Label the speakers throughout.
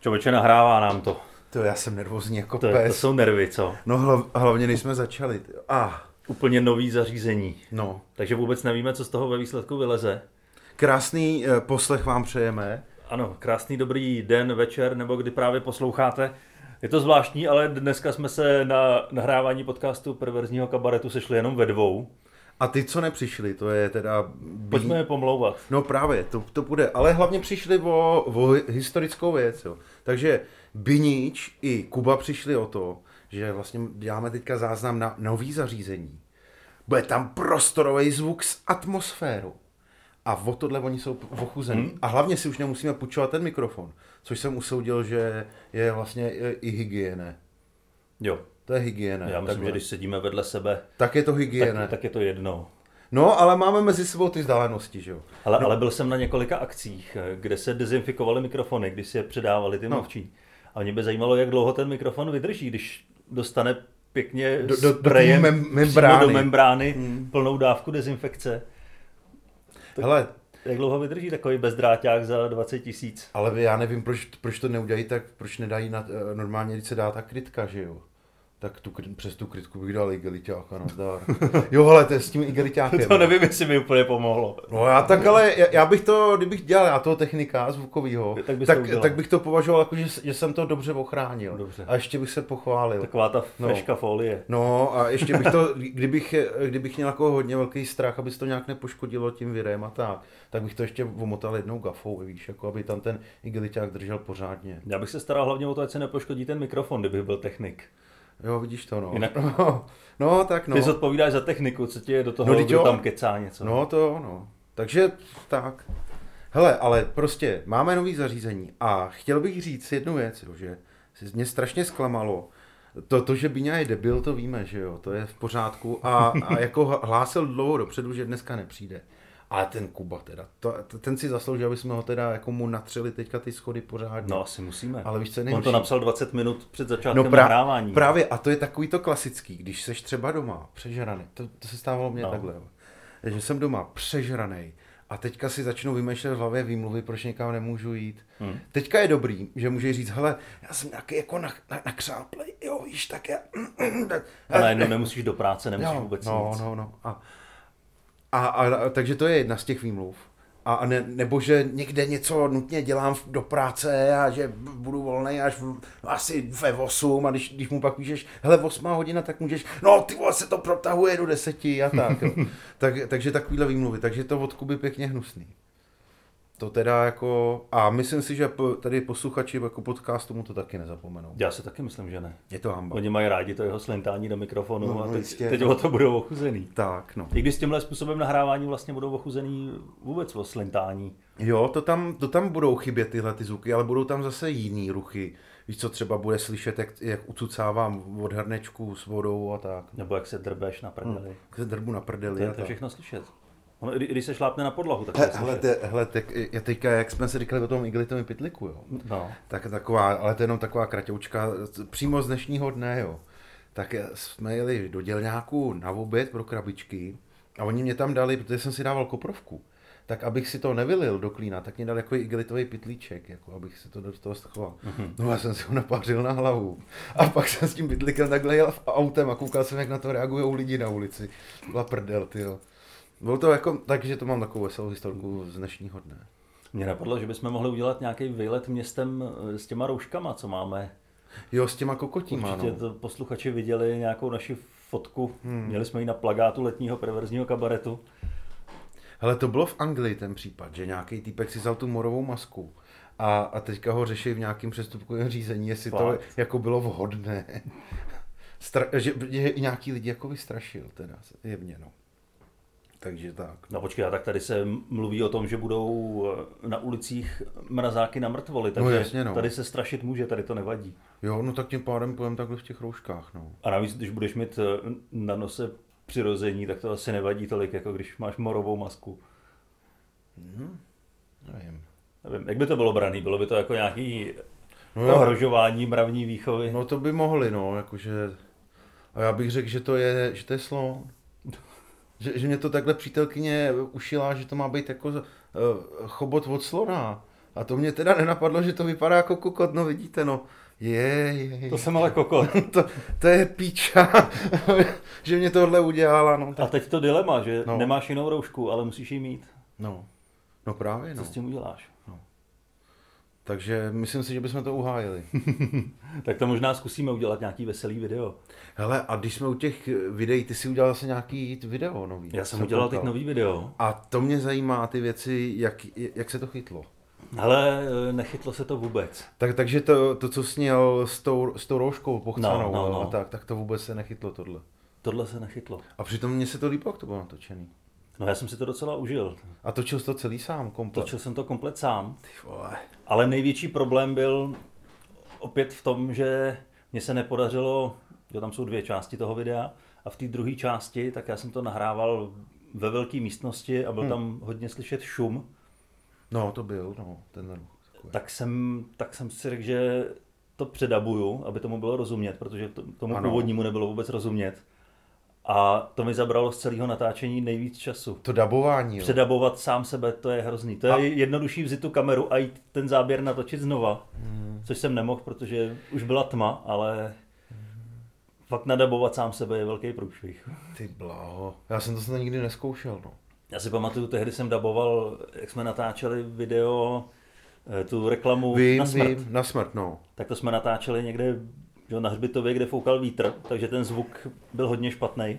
Speaker 1: Člověče, nahrává nám to.
Speaker 2: To já jsem nervózní jako
Speaker 1: To, je, to
Speaker 2: pes.
Speaker 1: jsou nervy, co?
Speaker 2: No hlav, hlavně nejsme začali. tyjo. Ah,
Speaker 1: Úplně nový zařízení.
Speaker 2: no.
Speaker 1: Takže vůbec nevíme, co z toho ve výsledku vyleze.
Speaker 2: Krásný eh, poslech vám přejeme.
Speaker 1: Ano, krásný dobrý den, večer, nebo kdy právě posloucháte. Je to zvláštní, ale dneska jsme se na nahrávání podcastu Perverzního kabaretu sešli jenom ve dvou.
Speaker 2: A ty, co nepřišli, to je teda... Bí...
Speaker 1: Pojďme je pomlouvat.
Speaker 2: No právě, to, to bude. Ale hlavně přišli o, o historickou věc. Jo. Takže Binič i Kuba přišli o to, že vlastně děláme teďka záznam na nový zařízení. Bude tam prostorový zvuk s atmosférou. A o tohle oni jsou ochuzení. Hmm. A hlavně si už nemusíme půjčovat ten mikrofon, což jsem usoudil, že je vlastně e, i hygiene.
Speaker 1: Jo,
Speaker 2: To je hygiena.
Speaker 1: já myslím,
Speaker 2: takhle.
Speaker 1: že když sedíme vedle sebe,
Speaker 2: Tak je to hygiena.
Speaker 1: tak, tak je to jedno.
Speaker 2: No, ale máme mezi sebou ty vzdálenosti, že jo?
Speaker 1: Ale, ale byl jsem na několika akcích, eh, kde se dezinfikovaly mikrofony, když si je předávali
Speaker 2: No.
Speaker 1: ty mluvčí. A mě by zajímalo, jak dlouho ten mikrofon vydrží, když dostane pěkně
Speaker 2: Do- do- do té
Speaker 1: sprejem
Speaker 2: mem-
Speaker 1: přímo
Speaker 2: membrány. Hmm.
Speaker 1: do membrány plnou dávku dezinfekce.
Speaker 2: Hele,
Speaker 1: Jak dlouho vydrží takový bezdráťák za 20 tisíc?
Speaker 2: Ale já nevím, proč, proč to neudělají tak, proč nedají na, eh, normálně, když se dá ta krytka, že jo. Tak tu, kry- přes tu krytku bych dal igeliťáka na zdar. Jo, hele, to je s tím igeliťákem.
Speaker 1: To nevím, jestli mi úplně pomohlo.
Speaker 2: No já tak ale, já, já bych to, kdybych dělal já toho technika zvukovýho,
Speaker 1: Tak bys to
Speaker 2: tak,
Speaker 1: udělal.
Speaker 2: tak, bych to považoval jako, že, že jsem to dobře ochránil.
Speaker 1: Dobře.
Speaker 2: A ještě bych se pochválil.
Speaker 1: Taková ta freška folie.
Speaker 2: No a ještě bych to, kdybych, kdybych měl jako hodně velký strach, aby se to nějak nepoškodilo tím virem a tak, tak bych to ještě omotal jednou gafou, víš, jako aby tam ten igeliťák držel pořádně.
Speaker 1: Já bych se staral hlavně o to, ať se nepoškodí ten mikrofon, kdybych byl technik.
Speaker 2: Jo, vidíš to, no.
Speaker 1: Jinak-
Speaker 2: No, no tak no.
Speaker 1: Ty zodpovídáš za techniku, co ti je do toho,
Speaker 2: No,
Speaker 1: no,
Speaker 2: vždyť
Speaker 1: kdo
Speaker 2: jo.
Speaker 1: tam kecá něco.
Speaker 2: No to ono. Takže tak. Hele, ale prostě máme nový zařízení a chtěl bych říct jednu věc, jo, že se mě strašně zklamalo. To, to, že Bíňa je debil, to víme, že jo, to je v pořádku a, a jako hlásil dlouho dopředu, že dneska nepřijde. Ale ten Kuba teda, to, to- ten si zasloužil, aby jsme ho teda jako mu natřeli teďka ty schody pořádně.
Speaker 1: No asi musíme.
Speaker 2: Ale víš, co je
Speaker 1: On
Speaker 2: nejhorší?
Speaker 1: to napsal 20 minut před začátkem
Speaker 2: No
Speaker 1: no,
Speaker 2: prá-
Speaker 1: nahrávání.
Speaker 2: právě, a to je takový to klasický, když seš třeba doma přežraný, to, to se stávalo mně no. takhle, jo. že jsem doma přežraný a teďka si začnu vymýšlet v hlavě výmluvy, proč někam nemůžu jít. Hmm. Teďka je dobrý, že můžeš říct, hele, já jsem nějaký jako na, na, nakřáplej, jo, víš, tak já... tak,
Speaker 1: A najednou nemusíš do práce, nemusíš no, vůbec
Speaker 2: no,
Speaker 1: nic.
Speaker 2: no, no. A, a, a, a, takže to je jedna z těch výmluv. A, a ne, nebo že někde něco nutně dělám v- do práce a že b- budu volný až v, asi ve 8 a když, když mu pak píšeš, hele 8 hodina, tak můžeš, no ty vole, se to protahuje do 10 a tak. jo. tak takže takovýhle výmluvy, takže to od Kuby pěkně hnusný. To teda jako, a myslím si, že p- tady posluchači jako podcastu mu to taky nezapomenou.
Speaker 1: Já si taky myslím, že ne.
Speaker 2: Je to hamba.
Speaker 1: Oni mají rádi to jeho slentání do mikrofonu
Speaker 2: No,
Speaker 1: a
Speaker 2: no,
Speaker 1: teď,
Speaker 2: jistě.
Speaker 1: teď o to budou ochuzený.
Speaker 2: Tak no.
Speaker 1: I když s tímhle způsobem nahrávání vlastně budou ochuzený vůbec o slentání.
Speaker 2: Jo, to tam, to tam budou chybět tyhle ty zvuky, ale budou tam zase jiný ruchy. Víš, co třeba bude slyšet, jak, jak ucucávám od hrnečku s vodou a tak.
Speaker 1: Nebo jak se drbeš na prdeli.
Speaker 2: Jak se drbu na
Speaker 1: To
Speaker 2: prdeli
Speaker 1: je
Speaker 2: a
Speaker 1: to
Speaker 2: tak.
Speaker 1: všechno slyšet. Ono, i- i když se šlápne na podlahu, tak to je
Speaker 2: Hele, hele,
Speaker 1: slyšet.
Speaker 2: te, hele te, je teďka, jak jsme si říkali o tom igelitovém pytliku, jo.
Speaker 1: No.
Speaker 2: Tak taková, ale to je jenom taková kratoučka z- přímo z dnešního dne, jo. Tak jsme jeli do dělňáku na oběd pro krabičky a oni mě tam dali, protože jsem si dával koprovku, tak abych si to nevylil do klína, tak mě dal jako igelitový pitlíček, jako abych si to do toho schoval. Mm-hmm. No já jsem si ho napářil na hlavu. A pak jsem s tím pitlíkem takhle jel v autem a koukal jsem, jak na to reagují lidi na ulici. To Byla prdel, ty jo. Bylo to jako, takže to mám takovou veselou historku z dnešního dne.
Speaker 1: Mě napadlo, že bychom mohli udělat nějaký výlet městem eh, s těma rouškama, co máme.
Speaker 2: Jo, s těma kokotíma,
Speaker 1: Určitě
Speaker 2: no.
Speaker 1: to posluchači viděli nějakou naši fotku. Hmm. Měli jsme ji na plagátu letního perverzního kabaretu.
Speaker 2: Hele, to bylo v Anglii ten případ, že nějaký týpek si vzal tu morovou masku a, a teďka ho řeší v nějakém přestupkovém řízení, jestli to
Speaker 1: Fakt?
Speaker 2: jako bylo vhodné. Stra- že, že i nějaký lidi jako vystrašil teda, jevně no. Takže tak.
Speaker 1: No počkej, a tak tady se mluví o tom, že budou eh, na ulicích mrazáky na mrtvoly, takže
Speaker 2: jasně, no.
Speaker 1: tady se strašit může, tady to nevadí.
Speaker 2: Jo, no tak tím pádem pojem takhle v těch rouškách, no.
Speaker 1: A navíc, když budeš mít eh, na nose přirození, tak to asi nevadí tolik, jako když máš morovou masku.
Speaker 2: Nevím.
Speaker 1: Nevím, jak by to bylo braný? Bylo by to jako nějaký
Speaker 2: No jo.
Speaker 1: ohrožování mravní výchovy?
Speaker 2: No to by mohli, no, jakože... A já bych řekl, že to je, že to je slon. Že, že mě to takhle přítelkyně ušila, že to má být jako uh, chobot eh, od slona. A to mě teda nenapadlo, že to vypadá jako kokot, no vidíte, no. Je, je,
Speaker 1: To jsem ale kokot.
Speaker 2: to, to je píča, že mě tohle udělala, no.
Speaker 1: A
Speaker 2: Tak,
Speaker 1: teď to dilema, že
Speaker 2: No.
Speaker 1: no. nemáš jinou roušku, ale musíš ji mít.
Speaker 2: no. no právě,
Speaker 1: Co
Speaker 2: no.
Speaker 1: s tím uděláš?
Speaker 2: Takže myslím si, že bychom to uhájili.
Speaker 1: Tak to možná zkusíme udělat nějaký veselý video.
Speaker 2: Hele, a když jsme u těch videí, ty si udělal zase nějaký video nový.
Speaker 1: Já jsem udělal teď
Speaker 2: koukal.
Speaker 1: nový video.
Speaker 2: A to mě zajímá ty věci, jak, jak se to chytlo.
Speaker 1: Ale eh, nechytlo se to vůbec.
Speaker 2: Tak, takže to, to, co sněl s tou, s tou rouškou pochcanou
Speaker 1: No,
Speaker 2: no,
Speaker 1: no,
Speaker 2: no,
Speaker 1: no.
Speaker 2: a tak, tak to vůbec se nechytlo tohle.
Speaker 1: Tohle se nechytlo.
Speaker 2: A přitom mně se to líbilo, jak to bylo natočený.
Speaker 1: No já jsem si to docela užil.
Speaker 2: A točil jsi to celý sám, komplet.
Speaker 1: Točil jsem to komplet sám,
Speaker 2: Ty vole.
Speaker 1: ale největší problém byl opět v tom, že mně se nepodařilo, jo tam jsou dvě části toho videa, a v té druhé části, tak já jsem to nahrával ve velké místnosti a byl tam hodně slyšet šum,
Speaker 2: No, to byl, no, ten ruch. takový.
Speaker 1: tak jsem, tak jsem si řekl, že to předabuju, aby tomu bylo rozumět, protože to- tomu
Speaker 2: Ano.
Speaker 1: ano. původnímu nebylo vůbec rozumět. A to mi zabralo z celého natáčení nejvíc času.
Speaker 2: To dabování, jo.
Speaker 1: Předabovat sám sebe, to je hrozný. To je
Speaker 2: A-
Speaker 1: jednodušší vzít tu kameru a jít ten záběr natočit znova,
Speaker 2: Hmm.
Speaker 1: což jsem nemohl, protože už byla tma, ale fakt nadabovat sám sebe je velký průšvih.
Speaker 2: Ty blaho. Já jsem to snad nikdy neskoušel, no.
Speaker 1: Já si pamatuju, tehdy jsem daboval, jak jsme natáčeli video, eh, tu reklamu
Speaker 2: Vím,
Speaker 1: na smrt.
Speaker 2: vím, na smrt, no.
Speaker 1: Tak to jsme natáčeli někde že, jo, na hřbitově, kde foukal vítr, takže ten zvuk byl hodně špatný.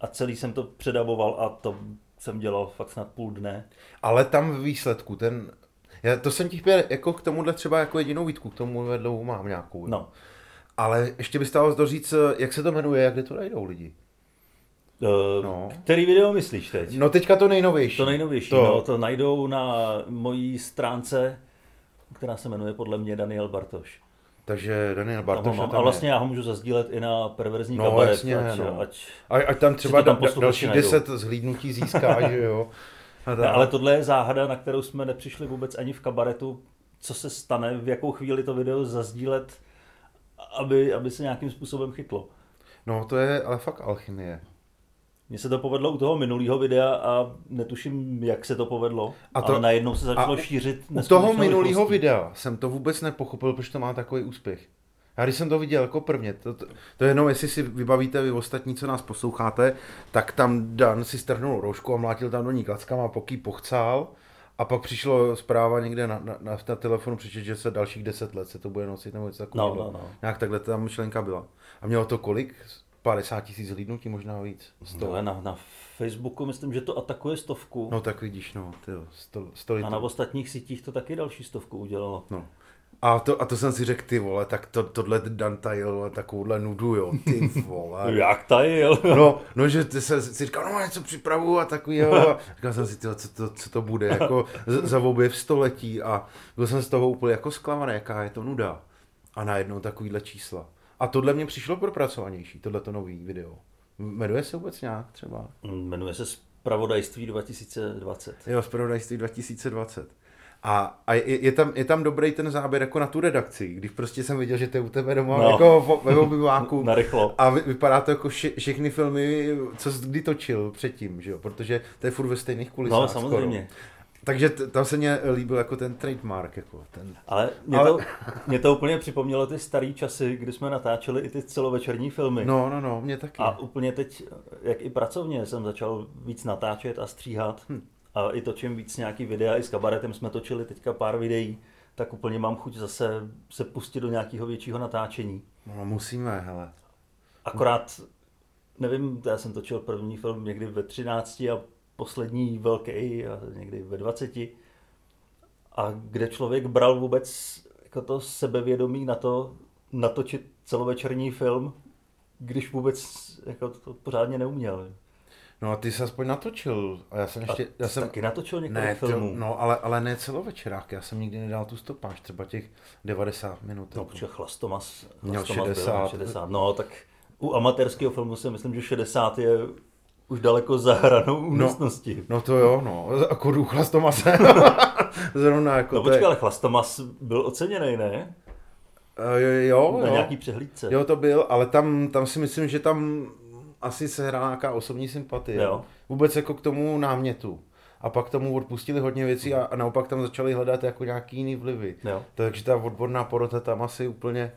Speaker 1: A celý jsem to předaboval a to jsem dělal fakt snad půl dne.
Speaker 2: Ale tam v výsledku, ten... Já, to jsem ti chtěl jako k tomuhle třeba jako jedinou výtku, k tomu vedlou mám nějakou. jo.
Speaker 1: No,
Speaker 2: Ale ještě by stálo za to říct, jak se to jmenuje a kde to najdou lidi.
Speaker 1: Eh,
Speaker 2: No.
Speaker 1: Který video myslíš teď?
Speaker 2: No teďka to nejnovější.
Speaker 1: To nejnovější, to. No, to najdou na mojí stránce, která se jmenuje podle mě Daniel Bartoš.
Speaker 2: Takže Daniel
Speaker 1: Tam ho
Speaker 2: Bartoš
Speaker 1: mám. A vlastně já ho můžu zazdílet i na perverzní
Speaker 2: No,
Speaker 1: kabaret,
Speaker 2: jasně,
Speaker 1: ať,
Speaker 2: no.
Speaker 1: ať...
Speaker 2: A, ať tam třeba
Speaker 1: to tam
Speaker 2: tam
Speaker 1: posluchači
Speaker 2: další
Speaker 1: najdou.
Speaker 2: 10 zhlídnutí získá, že jo. A tak.
Speaker 1: Ne, No, ale tohle je záhada, na kterou jsme nepřišli vůbec ani v kabaretu, co se stane, v jakou chvíli to video zazdílet, aby, aby se nějakým způsobem chytlo.
Speaker 2: No to je ale fakt alchymie.
Speaker 1: Mně se to povedlo u toho minulého videa a netuším, jak se to povedlo,
Speaker 2: A
Speaker 1: a
Speaker 2: to-
Speaker 1: to, ale najednou se začalo
Speaker 2: a u-
Speaker 1: šířit
Speaker 2: U toho
Speaker 1: neskutečnou
Speaker 2: minulého
Speaker 1: rychlostí.
Speaker 2: videa jsem to vůbec nepochopil, proč to má takový úspěch. Já když jsem to viděl jako prvně, to, to, to je jenom jestli si vybavíte vy ostatní, co nás posloucháte, tak tam Dan si strhnul roušku a mlátil tam do ní klackama, pok ji pochcál a pak přišlo zpráva někde na, na, na, na telefonu přečet, že se dalších 10 let se to bude nosit nebo něco takového.
Speaker 1: No, no, no.
Speaker 2: Nějak takhle ta myšlenka byla. A mělo to kolik? 50 tisíc hlídnutí, možná víc.
Speaker 1: To je na, na Facebooku, myslím, že to atakuje stovku.
Speaker 2: No tak vidíš, no, tyjo, 100, 100
Speaker 1: A na ostatních sítích to taky další stovku udělalo.
Speaker 2: No. A to, a to jsem si řekl, ty vole, tak to, tohle Dan tajil takovouhle nudu, jo, ty vole.
Speaker 1: Jak tady, jo?
Speaker 2: No, no, že ty se si říkal, no něco připravu a takovýho. A říkal jsem si, ty, co, to, co to bude, jako z- za objev století a byl jsem z toho úplně jako zklamaný, jaká je to nuda. A najednou takovýhle čísla. A tohle mě přišlo propracovanější, tohleto nový video. Jmenuje se vůbec nějak třeba?
Speaker 1: Jmenuje se Spravodajství 2020.
Speaker 2: Jo, zpravodajství 2020. A, a je, je, tam, je tam dobrý ten záběr jako na tu redakci, když prostě jsem viděl, že to je u tebe doma no.
Speaker 1: No.
Speaker 2: jako vo- ve obyváku.
Speaker 1: Narychlo.
Speaker 2: A vy, vypadá to jako vše, všechny filmy, co jsi kdy točil předtím, že jo? Protože to je furt ve stejných kulisách
Speaker 1: No, samozřejmě.
Speaker 2: Skoro. Takže t- tam se mně líbil jako ten trademark, jako ten...
Speaker 1: Ale mě,
Speaker 2: Ale-
Speaker 1: To, mě to úplně připomnělo ty starý časy, kdy jsme natáčeli i ty celovečerní filmy.
Speaker 2: No, no, no, mě taky.
Speaker 1: A úplně teď, jak i pracovně, jsem začal víc natáčet a stříhat.
Speaker 2: Hm.
Speaker 1: A i točím víc nějaký videa, i s kabaretem jsme točili teďka pár videí, tak úplně mám chuť zase se pustit do nějakého většího natáčení.
Speaker 2: No, musíme, hele.
Speaker 1: Akorát, nevím, já jsem točil první film někdy ve 13 a poslední velký a někdy ve 20. A kde člověk bral vůbec jako to sebevědomí na to natočit celovečerní film, když vůbec jako to pořádně neuměl.
Speaker 2: No a ty jsi aspoň natočil. A já jsem
Speaker 1: A
Speaker 2: ještě... já
Speaker 1: jsi
Speaker 2: jsem...
Speaker 1: taky natočil několik
Speaker 2: Ne,
Speaker 1: filmů.
Speaker 2: to, no, ale, ale ne celovečerák, já jsem nikdy nedal tu stopáž, třeba těch 90 minut.
Speaker 1: No,
Speaker 2: jako.
Speaker 1: protože Chlastomas,
Speaker 2: Měl
Speaker 1: Chlastomas byl
Speaker 2: 60.
Speaker 1: 60. No, tak u amatérského filmu si myslím, že 60 je už daleko za hranou úmyslnosti.
Speaker 2: No to jo, no, jako důchla s Tomasem. Zrovna jako
Speaker 1: No
Speaker 2: to je-
Speaker 1: počkej, ale Chlastomas byl oceněný, ne?
Speaker 2: Eh, jo,
Speaker 1: Na
Speaker 2: jo.
Speaker 1: nějaký přehlídce.
Speaker 2: jo, to byl, ale tam, tam si myslím, že tam asi se hrá nějaká osobní sympatie.
Speaker 1: Jo.
Speaker 2: Vůbec jako k tomu námětu. A pak tomu odpustili hodně věcí a, a naopak tam začali hledat jako nějaký jiný vlivy.
Speaker 1: Jo.
Speaker 2: Takže ta odborná porota tam asi úplně...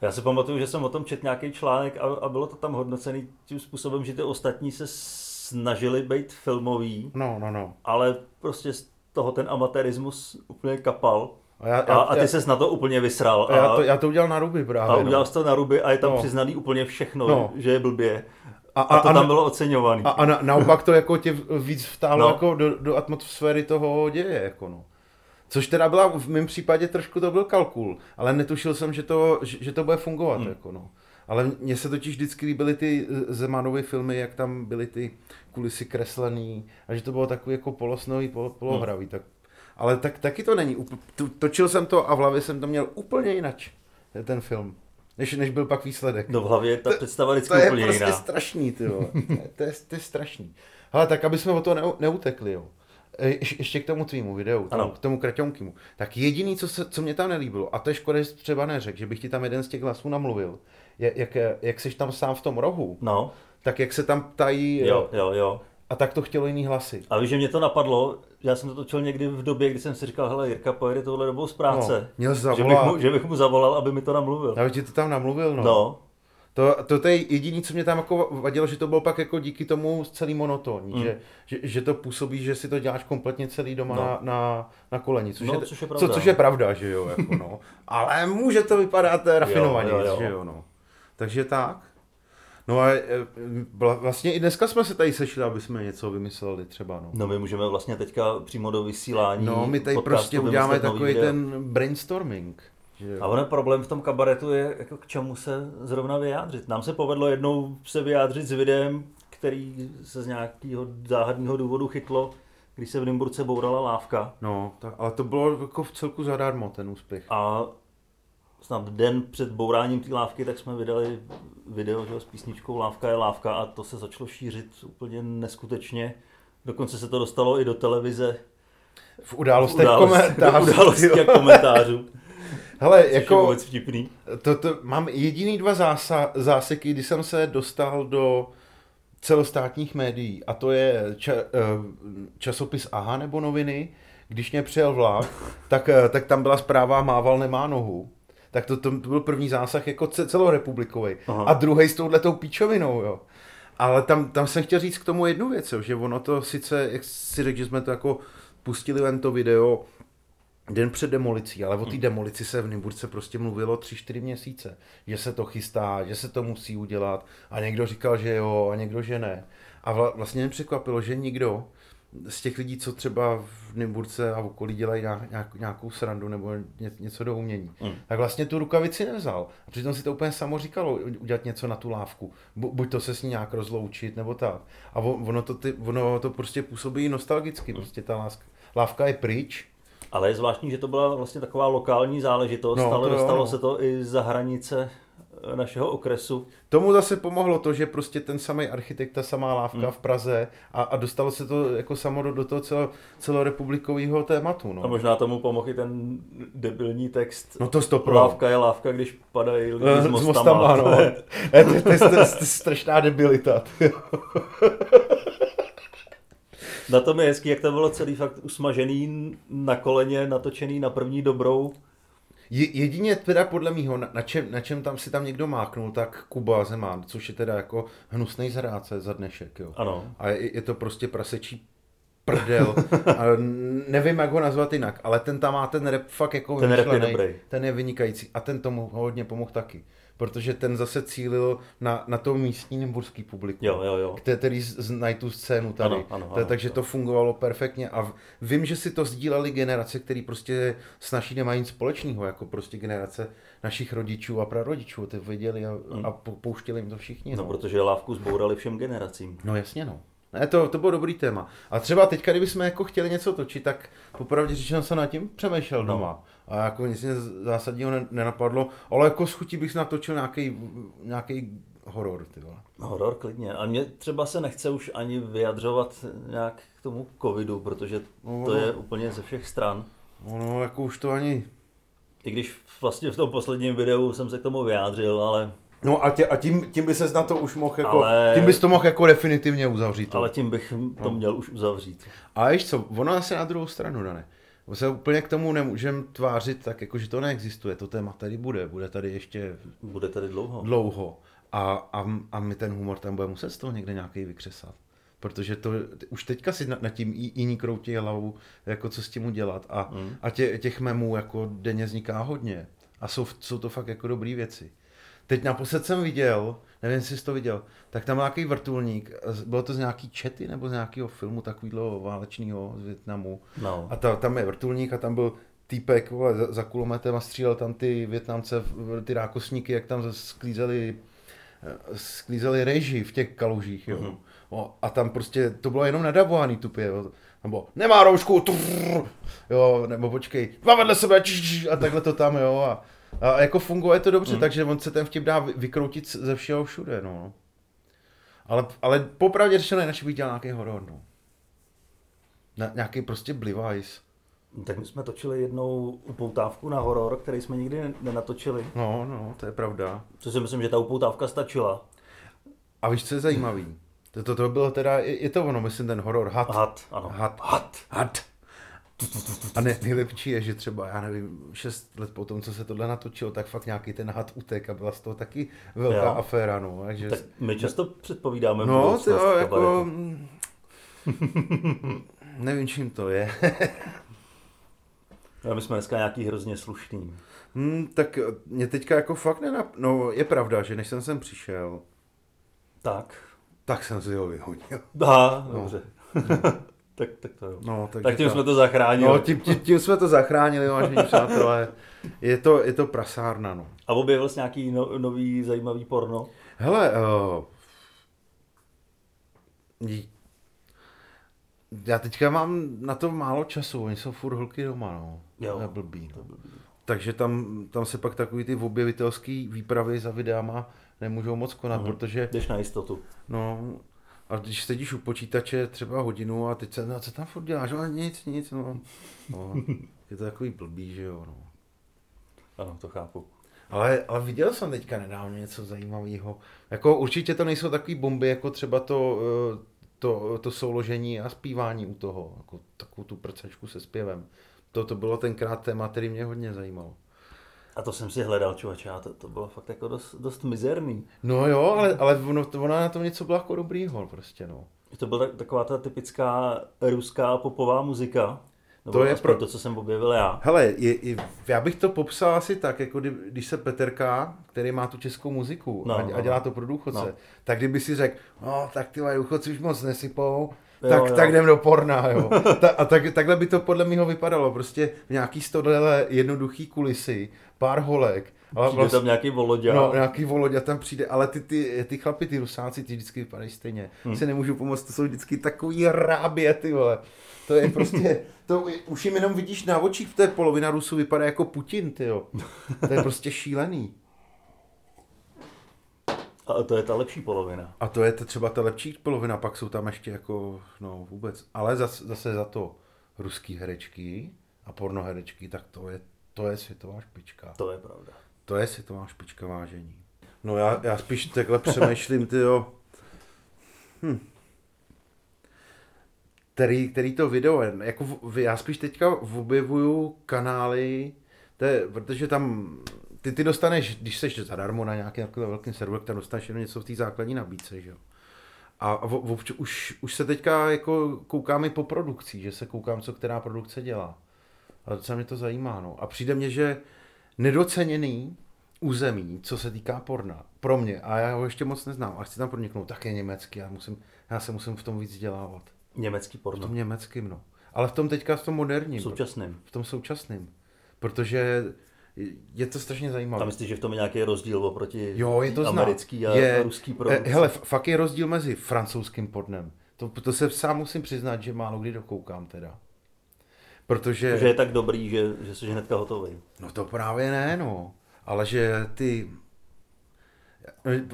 Speaker 1: Já si pamatuju, že jsem o tom četl nějaký článek a, a bylo to tam hodnocený tím způsobem, že ty ostatní se snažili být filmoví,
Speaker 2: No, no, no.
Speaker 1: ale prostě z toho ten amatérismus úplně kapal.
Speaker 2: A, já,
Speaker 1: A, a ty
Speaker 2: já,
Speaker 1: ses na to úplně vysral.
Speaker 2: a já, to,
Speaker 1: A,
Speaker 2: já to udělal na ruby právě.
Speaker 1: a
Speaker 2: no.
Speaker 1: udělal jsi to na ruby a je tam
Speaker 2: No.
Speaker 1: přiznaný úplně všechno,
Speaker 2: No.
Speaker 1: že je blbě.
Speaker 2: a,
Speaker 1: A to
Speaker 2: a,
Speaker 1: tam bylo oceňovaný.
Speaker 2: a, a na, naopak to jako tě víc vtáhlo
Speaker 1: No.
Speaker 2: no. jako do, do atmosféry toho děje. Jako no. Což teda byla v mém případě trošku to byl kalkul, ale netušil jsem, že to, že že to bude fungovat.
Speaker 1: Hmm.
Speaker 2: Hmm. Jako no. Ale mně se totiž vždycky líbily ty eh, Zemanovy filmy, jak tam byly ty kulisy kreslený a že to bylo takový jako polosnový, polo,
Speaker 1: Hmm.
Speaker 2: polohravý. Tak, ale tak, taky to není. úpl- tu- Točil jsem to a v hlavě jsem to měl úplně jinak, ten film, než, než byl pak výsledek.
Speaker 1: No v hlavě je ta představa vždycky
Speaker 2: To je
Speaker 1: úplně
Speaker 2: prostě
Speaker 1: jiná.
Speaker 2: strašný, ty vole. To je- To je, to je strašný. Hele, tak aby jsme o to neu- neutekli, jo. E, ješ- Ještě k tomu tvýmu videu, tomu,
Speaker 1: Ano.
Speaker 2: k tomu kraťonkymu. Tak jediný, co, se, co mě tam nelíbilo, a to je škoda, že jsi třeba neřekl, že bych ti tam jeden z těch hlasů namluvil, je, jak, jak jsi tam sám v tom rohu,
Speaker 1: No,
Speaker 2: tak jak se tam ptají,
Speaker 1: jo,
Speaker 2: jo.
Speaker 1: jo, jo.
Speaker 2: a tak to chtělo jiný hlasy.
Speaker 1: A víš, že mě to napadlo, já jsem to točil někdy v době, kdy jsem si říkal, hele Jirka pojede tohle dobou z práce.
Speaker 2: No, měl
Speaker 1: že, bych
Speaker 2: zavolat.
Speaker 1: mu, že bych mu zavolal, aby mi to namluvil.
Speaker 2: Já bych ti to tam namluvil, no.
Speaker 1: No,
Speaker 2: To, to, to je jediný, co mě tam jako vadilo, že to bylo pak jako díky tomu celý monotónní, mm. že, že, že to působí, že si to děláš kompletně celý doma
Speaker 1: No.
Speaker 2: no. na, na, na koleni, což,
Speaker 1: No,
Speaker 2: je,
Speaker 1: což je pravda.
Speaker 2: Co, což je pravda, že jo, jako no. Ale může to vypadat eh, rafinovaně,
Speaker 1: Jo, jo, jo.
Speaker 2: že jo, no. Takže tak. No a eh, vla- vlastně i dneska jsme se tady sešli, aby jsme něco vymysleli třeba, no.
Speaker 1: no my můžeme vlastně teďka přímo do vysílání
Speaker 2: No, my tady
Speaker 1: podcastu
Speaker 2: prostě
Speaker 1: vymyslet
Speaker 2: uděláme
Speaker 1: nový
Speaker 2: takový
Speaker 1: video.
Speaker 2: ten brainstorming, že
Speaker 1: A
Speaker 2: jo.
Speaker 1: ono problém v tom kabaretu je, jako k čemu se zrovna vyjádřit. Nám se povedlo jednou se vyjádřit s videem, který se z nějakého záhadného důvodu chytlo, když se v Nymburce bourala lávka.
Speaker 2: No, tak, ale to bylo jako v celku zadarmo, ten úspěch.
Speaker 1: A snad den před bouráním té lávky, tak jsme vydali video že, jo, s písničkou Lávka je lávka a to se začalo šířit úplně neskutečně. Dokonce se to dostalo i do televize,
Speaker 2: V událostech, No, komentářů.
Speaker 1: události a komentářů,
Speaker 2: Hele,
Speaker 1: jako- což jako... je
Speaker 2: jako
Speaker 1: vůbec vtipný.
Speaker 2: to, to, mám jediný dva zása, záseky, kdy jsem se dostal do celostátních médií a to je ča, eh, časopis AHA nebo noviny, když mě přijel vlak, tak, eh, tak tam byla zpráva Mával nemá nohu. Tak to, to, to byl první zásah jako ce- celorepublikový.
Speaker 1: Aha.
Speaker 2: A druhý s touhletou píčovinou, jo. Ale tam, tam jsem chtěl říct k tomu jednu věc, jo, že ono to sice, jak si řekl, že jsme to jako pustili ven to video, Den před demolicí, ale o té demolici se v Nymburce prostě mluvilo 3-4 měsíce. Že se to chystá, že se to musí udělat a někdo říkal, že jo a někdo, že ne. A vla, vlastně mě překvapilo, že nikdo z těch lidí, co třeba v Nymburce a v okolí dělají nějak, nějak, nějakou srandu nebo ně, něco do umění,
Speaker 1: Mm.
Speaker 2: mm. tak vlastně tu rukavici nevzal. A přitom si to úplně samo říkalo, udělat něco na tu lávku. Bu, buď to se s ní nějak rozloučit, nebo tak. A o- ono to, ty, ono to prostě působí nostalgicky, prostě ta láska. Lávka je pryč,
Speaker 1: Ale je zvláštní, že to byla vlastně taková lokální záležitost, no,
Speaker 2: No,
Speaker 1: ale
Speaker 2: to jo,
Speaker 1: dostalo
Speaker 2: no.
Speaker 1: se to i za hranice eh, našeho okresu.
Speaker 2: Tomu zase pomohlo to, že prostě ten samý architekt, ta samá lávka
Speaker 1: Hmm.
Speaker 2: v Praze a, a dostalo se to jako samo do, do toho celo, celorepublikového tématu.
Speaker 1: A
Speaker 2: No.
Speaker 1: možná tomu pomohl i ten debilní text.
Speaker 2: No to stopro.
Speaker 1: Lávka je lávka, když padají lidi
Speaker 2: Eh,
Speaker 1: s mostama.
Speaker 2: no. Eh, to, je- to, je, to, je, to je strašná debilita.
Speaker 1: Na tom je hezký, jak to bylo celý fakt usmažený na koleně, natočený na první dobrou.
Speaker 2: Je, jedině teda podle mýho, na, na, čem, na čem tam si tam někdo máknul, tak Kuba Zeman, což je teda jako hnusný zráce za dnešek. Jo.
Speaker 1: Ano.
Speaker 2: A je, je to prostě prasečí prdel. A nevím, jak ho nazvat jinak, ale ten tam má ten rap fakt jako
Speaker 1: Ten rap je
Speaker 2: vymyšlenej.
Speaker 1: dobrý.
Speaker 2: Ten je vynikající a ten tomu hodně pomohl taky. Protože ten zase cílil na, na to místní nymburský publikum.
Speaker 1: Jo, jo, jo.
Speaker 2: Kte- Který z- znají tu scénu tady.
Speaker 1: Ano, ano,
Speaker 2: Ta-
Speaker 1: ano,
Speaker 2: takže to fungovalo perfektně a v- vím, že si to sdíleli generace, které prostě s naší nemají nic společného, jako prostě generace našich rodičů a prarodičů. Ty viděli a, a po- pouštěli jim to všichni.
Speaker 1: Hmm. No, protože lávku zbourali všem generacím.
Speaker 2: No jasně no. Ne, to, to bylo dobrý téma. A třeba teďka, kdybychom jako chtěli něco točit, tak popravdě řečeno jsem nad tím přemýšlel doma. A jako nic mě zásadního ne- nenapadlo, ale jako s chutí bych natočil nějaký, nějaký horor, ty vole.
Speaker 1: Horor klidně. A mě třeba se nechce už ani vyjadřovat nějak k tomu covidu, protože to
Speaker 2: No.
Speaker 1: je úplně ze všech stran.
Speaker 2: Ono jako už to ani...
Speaker 1: I když vlastně v tom posledním videu jsem se k tomu vyjádřil, ale
Speaker 2: No a, tě, a tím, tím by ses na to už mohl jako, ale...
Speaker 1: Ale-
Speaker 2: tím bys to mohl jako definitivně uzavřít. To.
Speaker 1: Ale tím bych to měl už uzavřít.
Speaker 2: A víš co, ono zase na druhou stranu, Dane. My se úplně k tomu nemůžeme tvářit tak, jako že to neexistuje. To téma tady bude, bude tady ještě
Speaker 1: Bude tady dlouho.
Speaker 2: dlouho. A, a, a my ten humor tam bude muset z toho někde nějaký vykřesat. Protože to už teďka si nad na tím i- jiní kroutí hlavu, jako co s tím udělat. A, mm. a tě, těch memů jako denně vzniká hodně. A jsou, v- jsou to fakt jako dobré věci. Teď naposled jsem viděl, nevím, jestli jsi to viděl, tak tam byl nějaký vrtulník, z- bylo to z nějaký čety nebo z nějakého filmu takového válečného z Větnamu.
Speaker 1: No.
Speaker 2: A ta, tam je vrtulník a tam byl týpek vole, za, za kulometem a střílel tam ty Větnamce, v- ty rákosníky, jak tam sklízeli, eh, sklízeli reži v těch kalužích, jo. Mm-hmm. O, a tam prostě to bylo jenom nadabovaný tupě, jo. Nebo nemá roušku, trrr, jo, nebo počkej, dva vedle sebe, čiš, čiš, a takhle to tam, jo. A, a jako funguje to dobře, mm. takže on se ten vtip dá vy- vykroutit z- ze všeho všude, no. Ale, ale popravdě řečeno, než by dělal nějaký horor, no. Na, nějaký prostě blivajs.
Speaker 1: Tak my jsme točili jednou upoutávku na horor, který jsme nikdy nenatočili.
Speaker 2: No, no, to je pravda.
Speaker 1: To si myslím, že ta upoutávka stačila.
Speaker 2: A víš, co je zajímavý? To, to, to bylo teda, je je to ono, myslím, ten horor had.
Speaker 1: Had, ano.
Speaker 2: Had.
Speaker 1: Had.
Speaker 2: had. A ne, nejlepší je, že třeba, já nevím, šest let po tom, co se tohle natočilo, tak fakt nějaký ten had utek a byla z toho taky velká
Speaker 1: Jo.
Speaker 2: aféra, no. Takže...
Speaker 1: Tak my často předpovídáme
Speaker 2: No,
Speaker 1: budoucnost
Speaker 2: ty, jo, jako...
Speaker 1: kabaretu.
Speaker 2: nevím, čím to je.
Speaker 1: Ale my jsme dneska nějaký hrozně slušný.
Speaker 2: hmm, tak mě teďka jako fakt nenap... No, je pravda, že než jsem sem přišel,
Speaker 1: Tak.
Speaker 2: tak jsem si ho vyhodil.
Speaker 1: Aha, dobře. tak, tak to jo.
Speaker 2: No, takže
Speaker 1: tak tím
Speaker 2: ta-
Speaker 1: jsme to zachránili.
Speaker 2: No, tím, tím, tím jsme to zachránili, vážení přátelé. Je to, je to prasárna, no.
Speaker 1: A objevil jsi nějaký no, nový zajímavý porno?
Speaker 2: Hele, uh, j- já teďka mám na to málo času, oni jsou furt holky doma, no.
Speaker 1: Jo.
Speaker 2: To je blbý, no. Takže tam, tam se pak takový ty objevitelský výpravy za videama nemůžou moc konat, mm. protože
Speaker 1: Jdeš na jistotu.
Speaker 2: No, a když sedíš u počítače třeba hodinu a teď se, no co tam furt děláš, no nic, nic, no. no. Je to takový blbý, že jo, no.
Speaker 1: Ano, to chápu.
Speaker 2: Ale, ale viděl jsem teďka nedávno něco zajímavého. Jako určitě to nejsou takové bomby, jako třeba to, eh, to, to souložení a zpívání u toho, jako takovou tu prcačku se zpěvem. To, to bylo tenkrát téma, který mě hodně zajímalo.
Speaker 1: A to jsem si hledal, čověče, a to, to bylo fakt jako dost, dost mizerný.
Speaker 2: No jo, ale, ale ono, ona na tom něco byla jako dobrýho prostě, no.
Speaker 1: To byla tak- taková ta typická ruská popová muzika. Nebo
Speaker 2: To je
Speaker 1: aspoň
Speaker 2: pro-
Speaker 1: to, co jsem objevil já.
Speaker 2: Hele, je, je, já bych to popsal asi tak, jako kdy, když se Peterka, který má tu českou muziku no,
Speaker 1: No,
Speaker 2: a, a
Speaker 1: no.
Speaker 2: dělá to pro důchodce, no.
Speaker 1: No.
Speaker 2: tak kdyby si řekl, no tak ty vole, důchodci už moc nesypou,
Speaker 1: Jo,
Speaker 2: tak,
Speaker 1: jo.
Speaker 2: tak jdem do porna, jo. Ta, a tak, takhle by to podle mého vypadalo, prostě v nějaký stodele jednoduchý kulisy, pár holek, ale vlastně
Speaker 1: Přijde tam nějaký Voloďa.
Speaker 2: No, nějaký Voloďa tam přijde, ale ty, ty, ty chlapi, ty rusáci, ty vždycky vypadají stejně. Hmm. Si nemůžu pomoct, to jsou vždycky takový rábě, ty vole. To je prostě, to je- už jim jenom vidíš na očích, v té polovina Rusů vypadá jako Putin, ty jo. To je prostě šílený.
Speaker 1: A to je ta lepší polovina.
Speaker 2: A to je t- třeba ta lepší polovina, pak jsou tam ještě jako, no vůbec. Ale zase, zase za to ruský herečky a pornoherečky, tak to je, to je světová špička.
Speaker 1: To je pravda.
Speaker 2: To je světová špička vážení. No já, já spíš takhle přemýšlím, ty jo. Hm. Který, který to video je. Jako v, já spíš teďka objevuju kanály, to je, protože tam ty, ty dostaneš, když jsi zadarmo na nějakém takovém velkém serveru, tak tam dostaneš jenom něco v té základní nabídce, že jo. A v, v, už, už se teďka jako koukám i po produkcí, že se koukám, co která produkce dělá. A docela mě to zajímá, no. A přijde mně, že nedoceněný území, co se týká porna, pro mě, a já ho ještě moc neznám, a chci tam proniknout, tak je německý, já, musím, já se musím v tom víc vzdělávat.
Speaker 1: Německý
Speaker 2: V
Speaker 1: porno.
Speaker 2: tom německým, no. Ale v tom teďka, v tom moderním.
Speaker 1: Současným.
Speaker 2: V tom současným. Protože je to strašně zajímavé.
Speaker 1: Tam myslíš, že v tom je nějaký rozdíl oproti
Speaker 2: Jo, je to znám.
Speaker 1: americký a
Speaker 2: je,
Speaker 1: ruský
Speaker 2: eh,
Speaker 1: produkci?
Speaker 2: Hele, f- fakt je rozdíl mezi francouzským pornem. To, to se sám musím přiznat, že málo kdy dokoukám teda. Protože...
Speaker 1: Že je tak dobrý, že, že jsi hnedka hotový.
Speaker 2: No to právě ne, no. Ale že ty...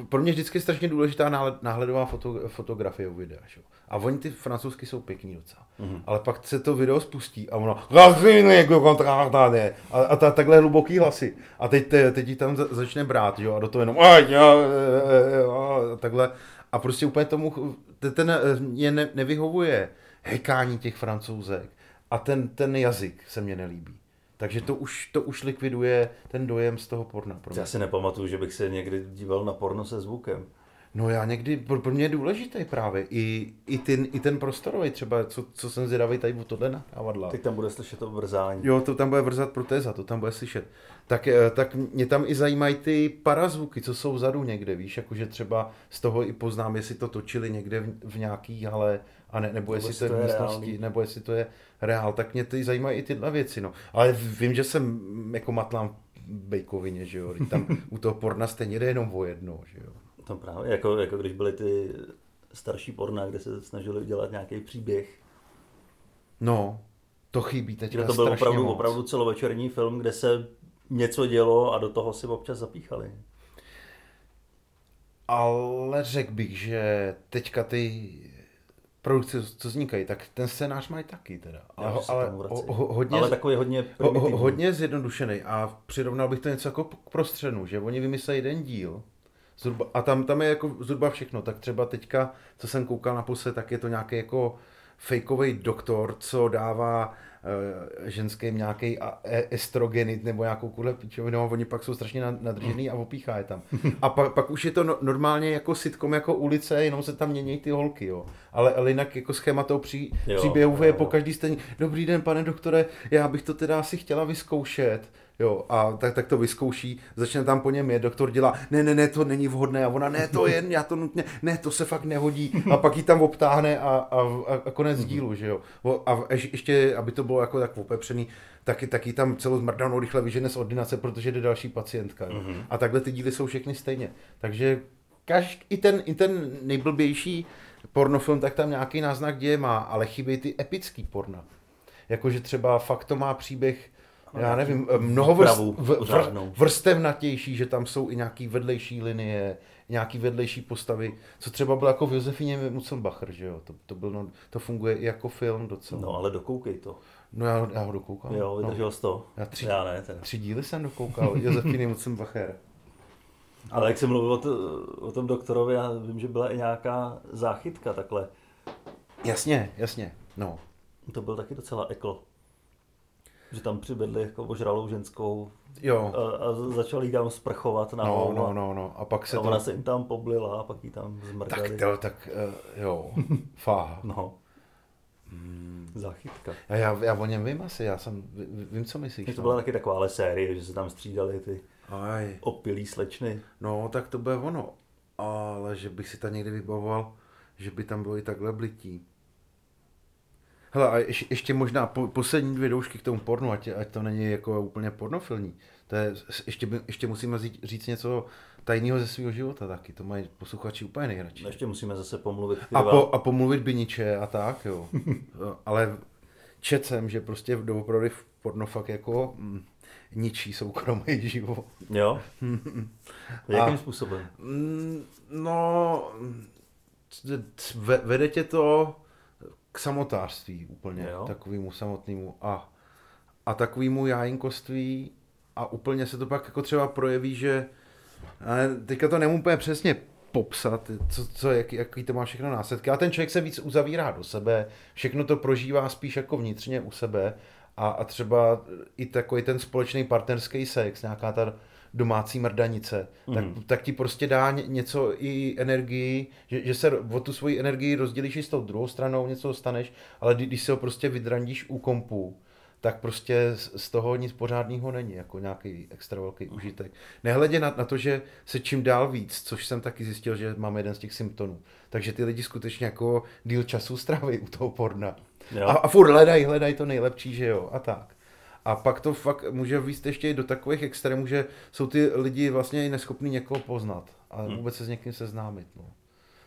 Speaker 2: Pro mě vždycky je strašně důležitá náhled- náhledová foto, fotografie u videa. Že? jo. A oni ty francouzsky jsou pěkný docela. Mm-hmm. Ale pak se to video spustí a ono "Raziny, jako kontrár tady." a, a ta, takhle hluboký hlasy. A teď, te, teď jí tam za, začne brát že? jo, a do toho jenom a, a, e, a, a, takhle. A prostě úplně tomu ch- te- ten eh, mě ne, nevyhovuje hekání těch francouzek. A ten, ten jazyk se mně nelíbí. Takže to už, to už likviduje ten dojem z toho porna. Pro mě.
Speaker 1: Já si nepamatuju, že bych se někdy díval na porno se zvukem.
Speaker 2: No já někdy, pro, pro mě je důležitý právě i, i, ten, i ten prostorový třeba, co, co jsem zvědavý tady u tohle nahrávadla.
Speaker 1: Teď tam bude slyšet to brzání.
Speaker 2: Jo, to tam bude vrzat protéza, to tam bude slyšet. Tak, eh, tak mě tam i zajímají ty parazvuky, co jsou vzadu někde, víš, jakože třeba z toho i poznám, jestli to točili někde v, v nějaký hale, a ne, nebo jestli to je v
Speaker 1: to je
Speaker 2: místnosti,
Speaker 1: reálný.
Speaker 2: nebo jestli to je reál, tak mě ty zajímají i tyhle věci, no. Ale vím, že jsem jako matlám v bejkovině, že jo, Vždyť tam u toho porna stejně jde jenom o jedno, že jo.
Speaker 1: To právě, jako, jako když byly ty starší porna, kde se snažili udělat nějaký příběh.
Speaker 2: No, to chybí teď
Speaker 1: Kde to byl opravdu,
Speaker 2: moc.
Speaker 1: opravdu celovečerní film, kde se něco dělo a do toho si občas zapíchali.
Speaker 2: Ale řekl bych, že teďka ty produkce, co vznikají, tak ten scénář mají taky teda.
Speaker 1: Já
Speaker 2: Ale,
Speaker 1: už se
Speaker 2: ale,
Speaker 1: tam
Speaker 2: ho,
Speaker 1: vracím.
Speaker 2: ho, hodně,
Speaker 1: ale takový hodně
Speaker 2: ho,
Speaker 1: primitivní.
Speaker 2: ho, hodně zjednodušený a přirovnal bych to něco jako k prostřenu, že oni vymyslejí jeden díl zhruba, a tam, tam je jako zhruba všechno. Tak třeba teďka, co jsem koukal na puse, tak je to nějaký jako fejkový doktor, co dává eh, ženským nějaký a- e- estrogenit nebo nějakou kuhle pičovinu a oni pak jsou strašně nad- nadržený a opíchá je tam. A pak, pak už je to no, normálně jako sitcom, jako ulice, jenom se tam mění ty holky, jo. Ale, ale jinak jako schéma toho pří,
Speaker 1: Jo,
Speaker 2: příběhu je
Speaker 1: jo,
Speaker 2: po
Speaker 1: jo.
Speaker 2: každý stejný. Dobrý den, pane doktore, já bych to teda asi chtěla vyzkoušet. Jo, a tak, tak to vyzkouší, začne tam po něm je, doktor dělá, ne, ne, ne, to není vhodné, a ona, ne, to je, já to nutně, ne, to se fakt nehodí, a pak ji tam obtáhne a, a, a, a konec
Speaker 1: Mhm.
Speaker 2: dílu, že jo. O, A ješ- ještě, aby to bylo jako tak opepřený, tak, tak ji tam celou zmrdanou rychle vyžene z ordinace, protože jde další pacientka. Jo.
Speaker 1: Mhm.
Speaker 2: A takhle ty díly jsou všechny stejně. Takže každý, i, ten, i ten nejblbější pornofilm, tak tam nějaký náznak děje má, ale chybí ty epický porna. Jakože třeba fakt to má příběh, já nevím, eh, mnoho vrst,
Speaker 1: výpravu
Speaker 2: v, vr,
Speaker 1: řádnou.
Speaker 2: vrstevnatější, že tam jsou i nějaký vedlejší linie, nějaký vedlejší postavy, co třeba bylo jako v Josefině Mucelbacher, že jo, to, to, byl, no, to funguje i jako film docela. No,
Speaker 1: No ale dokoukej to.
Speaker 2: no já, já ho dokoukal.
Speaker 1: Jo,
Speaker 2: no.
Speaker 1: vydržel jsi to.
Speaker 2: Já tři-
Speaker 1: Já ne, teda.
Speaker 2: Tři díly jsem dokoukal, Josefiny Mucelbacher.
Speaker 1: Ale jak jsem mluvil o, to, o tom doktorovi, já vím, že byla i nějaká záchytka takhle.
Speaker 2: Jasně, jasně, no.
Speaker 1: To byl taky docela ekl. Že tam přivedli jako ožralou ženskou
Speaker 2: Jo,
Speaker 1: a, a začali jí tam sprchovat na
Speaker 2: Eh, no, no, no, no, a pak se
Speaker 1: A
Speaker 2: to...
Speaker 1: ona se jim tam poblila a pak jí tam
Speaker 2: Tak
Speaker 1: zmrdali.
Speaker 2: to, tak eh, jo, fáha.
Speaker 1: No. Hmm. Záchytka.
Speaker 2: Já, já, já o něm vím asi, já jsem, ví- ví- vím, co myslíš. no.
Speaker 1: Takže to byla taky taková ale série, že se tam střídali ty
Speaker 2: Aj,
Speaker 1: opilí slečny.
Speaker 2: no, tak to bude ono. Ale že bych si tam někdy vybavoval, že by tam bylo i takhle blití. Hele, a ješ, ještě možná po, poslední dvě doušky k tomu pornu, ať, ať to není jako úplně pornofilní. To je, s- ještě, by- ještě musíme říct, říct něco tajného ze svého života taky, to mají posluchači úplně nejradši.
Speaker 1: No ještě musíme zase pomluvit ty
Speaker 2: A,
Speaker 1: dva.
Speaker 2: po, a pomluvit biniče a tak, jo. Ale čet jsem, že prostě doopravdy v porno fakt jako mm, ničí soukromý život.
Speaker 1: Jo? Jakým způsobem?
Speaker 2: Mm, No, c- c- ve- vede tě to k samotářství úplně,
Speaker 1: Jo.
Speaker 2: takovému samotnému a, a takovému jájinkoství a úplně se to pak jako třeba projeví, že ale teďka to nemůžu úplně přesně popsat, co, co, jaký, jaký to má všechno následky. A ten člověk se víc uzavírá do sebe, všechno to prožívá spíš jako vnitřně u sebe a, a třeba i takový ten společný partnerský sex, nějaká ta domácí mrdanice, mm. tak, tak ti prostě dá ně- něco i energii, že, že se o tu svoji energii rozdělíš i s tou druhou stranou, něco dostaneš, ale kdy- když se ho prostě vydrandíš u kompu, tak prostě z z toho nic pořádného není, jako nějaký extra velký užitek. Nehledě na, na to, že se čím dál víc, což jsem taky zjistil, že mám jeden z těch symptomů. Takže ty lidi skutečně jako díl času stráví u toho porna.
Speaker 1: Jo.
Speaker 2: A, a furt hledají, hledají to nejlepší, že jo, a tak. A pak to fakt může výst ještě i do takových extrémů, že jsou ty lidi vlastně i neschopní někoho poznat a vůbec se s někým seznámit, no.